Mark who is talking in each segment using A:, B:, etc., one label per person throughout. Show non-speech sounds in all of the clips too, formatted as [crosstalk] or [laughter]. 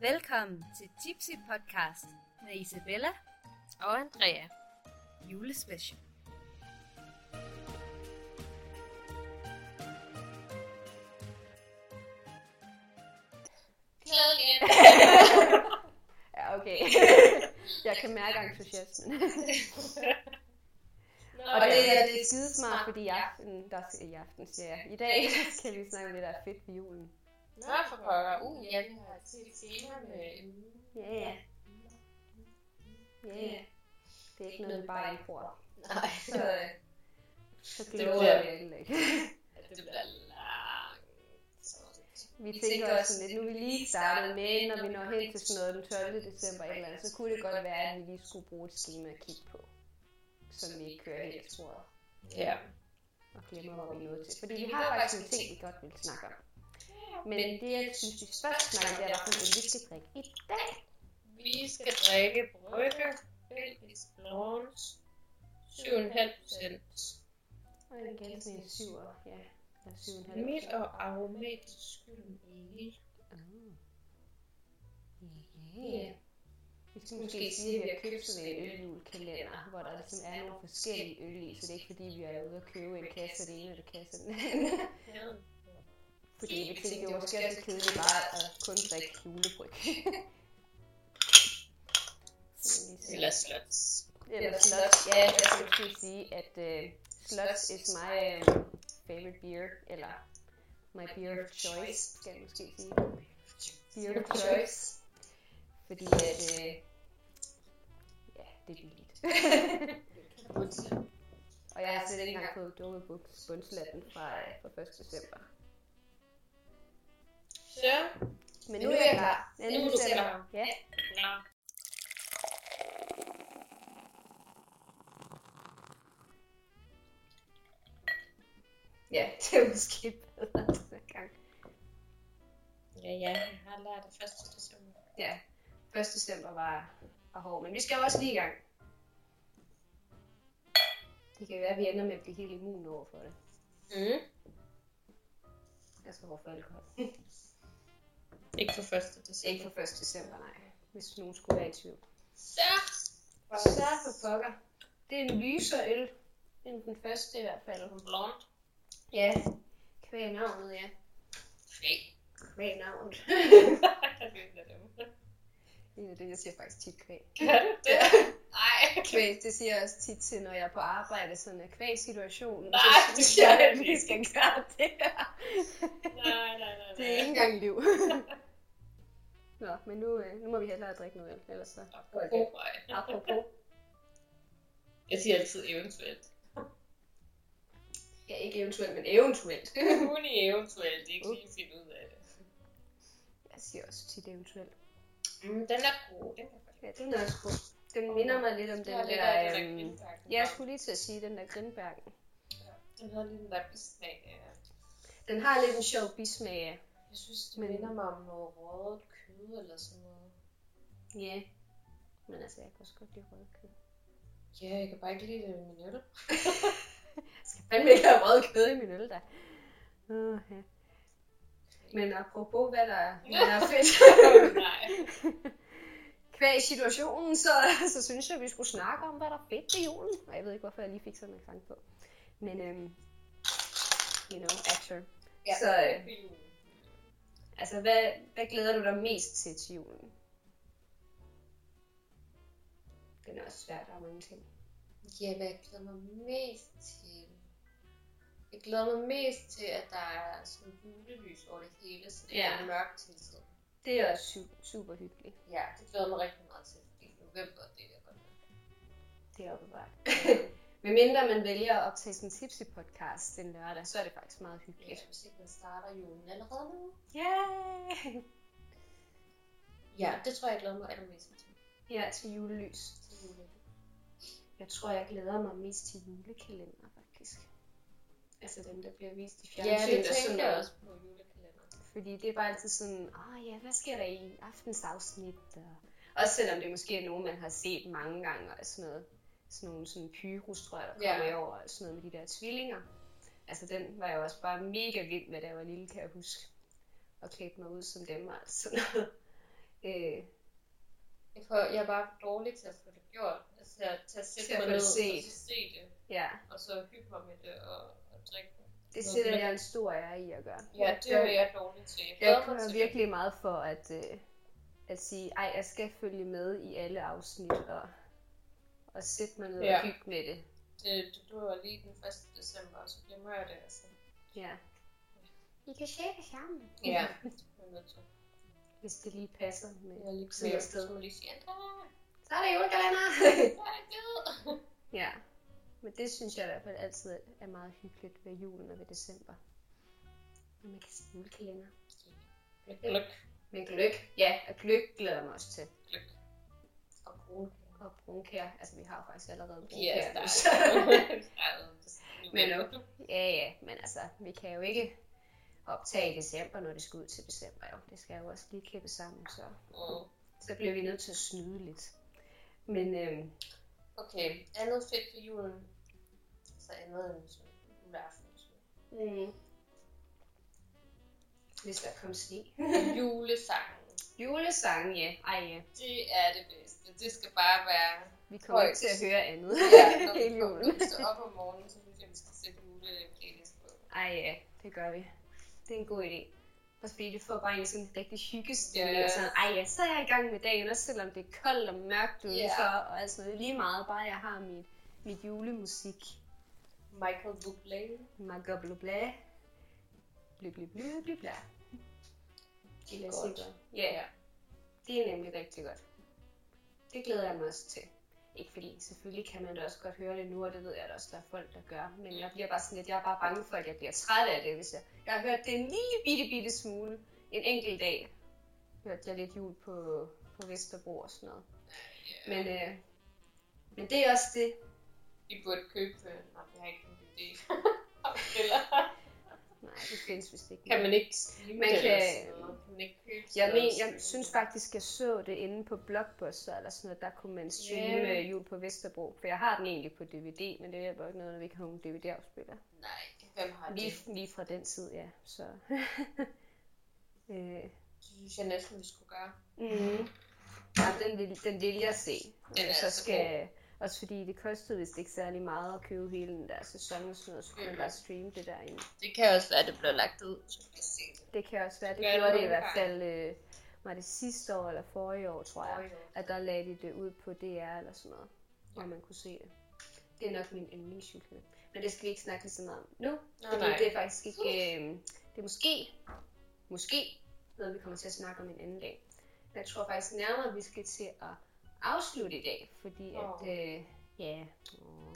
A: Velkommen til Tipsy Podcast med Isabella
B: og Andrea.
A: julespecial.
C: Ja, [laughs] okay. jeg kan mærke entusiasmen. og det, er det er skidesmart, fordi i aften, der, i aften siger jeg, i dag skal vi snakke om det der er fedt ved julen.
B: Nå, for pokker. Uh, ja, vi har til et tema med en
C: Ja, yeah. ja. Yeah. Det er ikke noget, vi bare indbruger.
B: [laughs] Nej,
C: Så, øh, så
B: Det
C: bliver det
B: bliver-
C: virkelig ikke.
B: det
C: [laughs]
B: bliver langt.
C: Vi tænker også sådan lidt, nu er vi lige startet med, når vi når hen til sådan noget den 12. december eller et eller andet, så kunne det godt være, at vi lige skulle bruge et schema at kigge på, som vi ikke kører helt af sporet.
B: Ja.
C: og glemmer, hvor vi er nået til. Fordi vi har faktisk nogle ting, vi godt vil snakke om. Men det, jeg synes, vi først snakker om, det er, hvilken øl vi skal drikke i dag.
B: Vi skal drikke brygge, belgisk blonde, 7,5 procent.
C: Og en gæld sådan en syver, ja. Eller syv og en halv.
B: Midt og aromatisk skylden ikke.
C: Ja. Vi skal måske sige, at vi har købt sådan en øljulkalender, hvor der ligesom er nogle forskellige øl i, så det er ikke fordi, vi er ude og købe en kasse af det ene eller [laughs] kasse af den anden. Fordi vi tænkte, det var måske også lidt kedeligt bare at kun drikke [laughs] julebryg. Så vi lige ser.
B: Eller slots.
C: Eller Slots. Ja, jeg skulle måske sige, at uh, Slots is my um, favorite beer, eller my beer of choice, skal jeg måske sige. Beer of choice. Fordi at, uh, ja, det er [laughs] billigt. Og jeg har slet ikke engang fået dukkebukks bundslatten fra, øh, fra 1. december.
B: Så,
C: Men nu er jeg klar.
B: nu er du klar.
C: Ja.
B: Klar.
C: ja, det er måske bedre den [laughs] gang.
B: Ja, ja, jeg har lært det første december.
C: Ja, 1. december var og hård, men vi skal jo også lige i gang. Det kan være, at vi ender med at blive helt immune over for det.
B: Mm.
C: Jeg skal over for alkohol.
B: [laughs] Ikke for første december.
C: Ikke for 1. december, nej. Hvis nogen skulle være i tvivl.
B: Så,
C: Og så for pokker. Det er en lysere øl, end den første i hvert fald.
B: blond.
C: Ja, kvæg navnet, ja.
B: Fri.
C: Kvæg navnet. Det er det, jeg siger faktisk tit kvæg.
B: Nej,
C: Kvæg, det siger jeg også tit til, når jeg er på arbejde, sådan at kvæg situationen.
B: Nej, det skal jeg
C: at vi
B: ikke.
C: skal gøre det her.
B: nej, nej, nej.
C: Det er
B: [laughs]
C: ikke engang liv. [laughs] Nå, men nu, øh, nu må vi hellere drikke noget øl, ellers så...
B: Apropos mig.
C: Apropos.
B: Jeg siger altid eventuelt.
C: Ja, ikke eventuelt, men eventuelt.
B: Hun i eventuelt, ikke lige finde ud af det.
C: Jeg siger også tit eventuelt.
B: Mm, den er god. Den er god.
C: Ja, den er også god. Den minder mig lidt om den
B: Den er
C: der...
B: der, den
C: øhm,
B: der
C: ja, jeg skulle lige til at sige, den der Grindbergen.
B: Den har lige den der bismag af.
C: Den har lidt en sjov bismag af.
B: Jeg synes, det
C: Men-
B: minder mig om noget røget kød eller sådan noget.
C: Ja. Men altså, jeg kan også godt lide rødkød.
B: Ja, jeg kan bare ikke lide det med min øl.
C: Jeg skal fandme ikke have rødkød i min øl, da. Uh, ja. Men apropos, hvad der [laughs] er, hvad der er fedt.
B: [laughs] nej.
C: kvæg situationen, så, så synes jeg, vi skulle snakke om, hvad der er fedt ved julen. Og jeg ved ikke, hvorfor jeg lige fik sådan en sang på. Men, øhm, you know, actor.
B: Ja,
C: Så, øh,
B: det er julen.
C: Altså, hvad, hvad glæder du dig mest til til julen? Den er også svært, der er mange ting.
B: Ja, hvad jeg glæder mig mest til? Jeg glæder mig mest til, at der er sådan julelys over det hele, så det
C: Ja.
B: er mørkt hele tiden.
C: Det er også su- super hyggeligt.
B: Ja, det glæder jeg mig rigtig meget til, fordi november, det er godt nok.
C: Det er opbevaret. [laughs] Men mindre man vælger at optage sådan en tipsy podcast den lørdag, så er det faktisk meget
B: Ja,
C: hyggeligt.
B: hvis ikke man starter julen allerede nu.
C: Yeah.
B: Ja, det tror jeg, jeg glæder mig allermest til.
C: Ja, til julelys.
B: til julen.
C: Jeg tror, jeg glæder mig mest til julekalender, faktisk. Altså dem, der bliver vist i
B: Ja, det
C: fjernsynet og sådan
B: tænker jeg
C: noget.
B: også på julekalenderen.
C: Fordi det er bare altid sådan, åh ja, hvad sker der i aftens afsnit? Og... Også selvom det måske er nogen, man har set mange gange og sådan noget. Sådan nogle sådan pyrus, tror jeg, der
B: Ja.
C: kommer i over, og sådan noget med de der tvillinger. Altså den var jeg også bare mega vild med, da jeg var lille, kan jeg huske. Og klædte mig ud som dem og alt sådan noget. [laughs] Øh,
B: Jeg, får, jeg er bare for dårlig til at få det gjort. Altså at tage
D: Til at
B: sætte mig
D: få
B: ned
D: det
B: og
D: set.
B: så se det,
C: ja,
B: og så hygge mig med det og, og drikke det.
D: Det
C: det
D: sætter
C: er
D: jeg,
C: en stor ære i at gøre.
B: Ja, det er jeg dårlig til. Jeg
D: Jeg
B: glæder
C: Jeg
B: mig
C: kører
B: til
C: virkelig meget for at, øh, at sige, ej, jeg skal følge med i alle afsnit, og, og sætte mig ned ja. og
B: Ja.
C: hygge med det.
B: Det, det Øh, dør lige den 1. december, og så glemmer jeg det altså.
C: Ja.
E: I kan shake sammen. [laughs]
B: Ja. [laughs] Jeg er nødt til.
C: Hvis det lige passer med
B: Jeg er lige
C: tid
B: klar,
C: og
B: så
C: sted.
B: må jeg lige sige, Andrea,
E: Så er det julekalender. [laughs]
B: jeg er død.
C: [laughs] Ja. Men det synes jeg i hvert fald altid er meget hyggeligt ved julen og ved december.
E: Når man kan se julekalender.
B: Med gløk
C: Men gløk, ja, og gløk glæder jeg mig også til.
B: og brun.
C: Og brunkær, altså vi har jo faktisk allerede
B: Ja,
C: brunkær.
B: der
C: nu. [laughs]
B: [laughs] er
C: Men nu. Ja, ja, men altså, vi kan jo ikke optage i december, når det skal ud til december. Jo. Det skal jo også lige klippe sammen, så, så bliver vi nødt til at snyde lidt. Men øhm,
B: Okay, andet fedt ved julen. Så andet end sådan juleaften.
C: mm. hvis der kom sne. [laughs]
B: Julesangen.
C: Julesangen, ja. Ej, ja.
B: Det er det bedste. Det skal bare være
C: Vi kommer ikke
B: Højt.
C: til at høre andet
B: [laughs]
C: [laughs]
B: Ja, når
C: hele
B: vi kommer- når
C: julen.
B: vi står op om morgenen, så synes jeg, vi skal sætte juleplaylist på.
C: Ej, ja, det gør vi. Det er en god idé. Også fordi det får bare en sådan rigtig hyggestemning.
B: Ja.
C: Yeah. Sådan, Ej, ja, så er jeg i gang med dagen, også selvom det er koldt og mørkt udenfor. Yeah. Og altså lige meget, bare jeg har mit, mit julemusik.
B: Michael Bublé.
C: Ma gobble blæ. Bly, bly, bly, bly, blæ.
B: Det er
C: Godt.
B: godt.
C: Ja, ja. Det er nemlig rigtig godt. Det glæder jeg mig også til. Ikke fordi, selvfølgelig kan man da også godt høre det nu, og det ved jeg da også, der er folk, der gør. Men jeg bliver bare sådan lidt, jeg er bare bange for, at jeg bliver træt af det, hvis jeg... Jeg har hørt det en lille bitte, bitte smule en enkelt dag. Hørte jeg lidt jul på, på Vesterbro og sådan noget. Men, øh, men det er også det.
B: Vi burde købe... Nå, vi har ikke en DVD. [laughs] Eller
C: Nej, det findes vist ikke.
B: kan man ikke streame
C: Man
B: det
C: kan-
B: eller sådan noget? Kan man ikke købe
C: Jeg,
B: sådan
C: men,
B: noget
C: jeg
B: stream?
C: synes faktisk, jeg så det inde på Blockbuster eller sådan noget, der kunne man streame
B: Ja.
C: yeah. jul på Vesterbro. For jeg har den egentlig på DVD, men det hjælper jo ikke noget, når vi ikke har nogen DVD-afspiller.
B: Nej, hvem har det? Det
C: Lige, lige fra den tid, ja. Så. [laughs] øh.
B: synes jeg næsten, vi skulle gøre.
C: mm. ja, den, vil, den vil jeg se.
B: Mhm. Den er
C: så
B: altså
C: skal, også fordi det kostede vist ikke særlig meget at købe hele den der sæson og sådan noget, så kunne man
B: Mm.
C: bare streame det derinde.
B: Det kan også være, at det bliver lagt ud, så vi kan se det.
C: Det kan også være, det
B: Gør det
C: gjorde det i
B: nogle
C: hvert
B: gange.
C: fald, øh, var det sidste år eller forrige år, tror jeg. at der lagde de det ud på DR eller sådan noget, hvor man kunne se det. Det er nok min yndlingsjulekalender. Men det skal vi ikke snakke lige så meget om nu,
B: Nå,
C: fordi
B: nej.
C: det er faktisk ikke... Øh, det er måske, måske noget, vi kommer til at snakke om en anden dag. Men jeg tror faktisk nærmere, at vi skal til at afslutte i dag, fordi
B: Åh.
C: at... Øh,
B: [laughs]
C: ja... åh.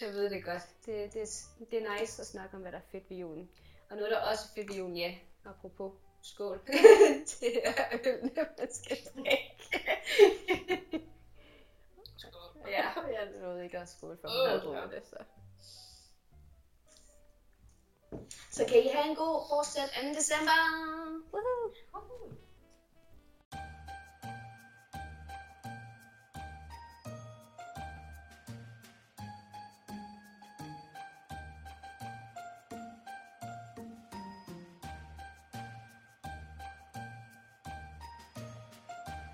C: jeg ved det godt. Det, det, er- det er nice at snakke om, hvad der er fedt ved julen. Og noget, der også er fedt ved julen, ja, apropos skål, [laughs] det er ølene, man skal drikke. ja, [laughs] jeg nåede ikke at skåle for,
B: Åh,
C: oh, jeg
B: ja.
C: drukket det, så.
E: Så kan I have en god fortsat 2. december.
C: Woohoo!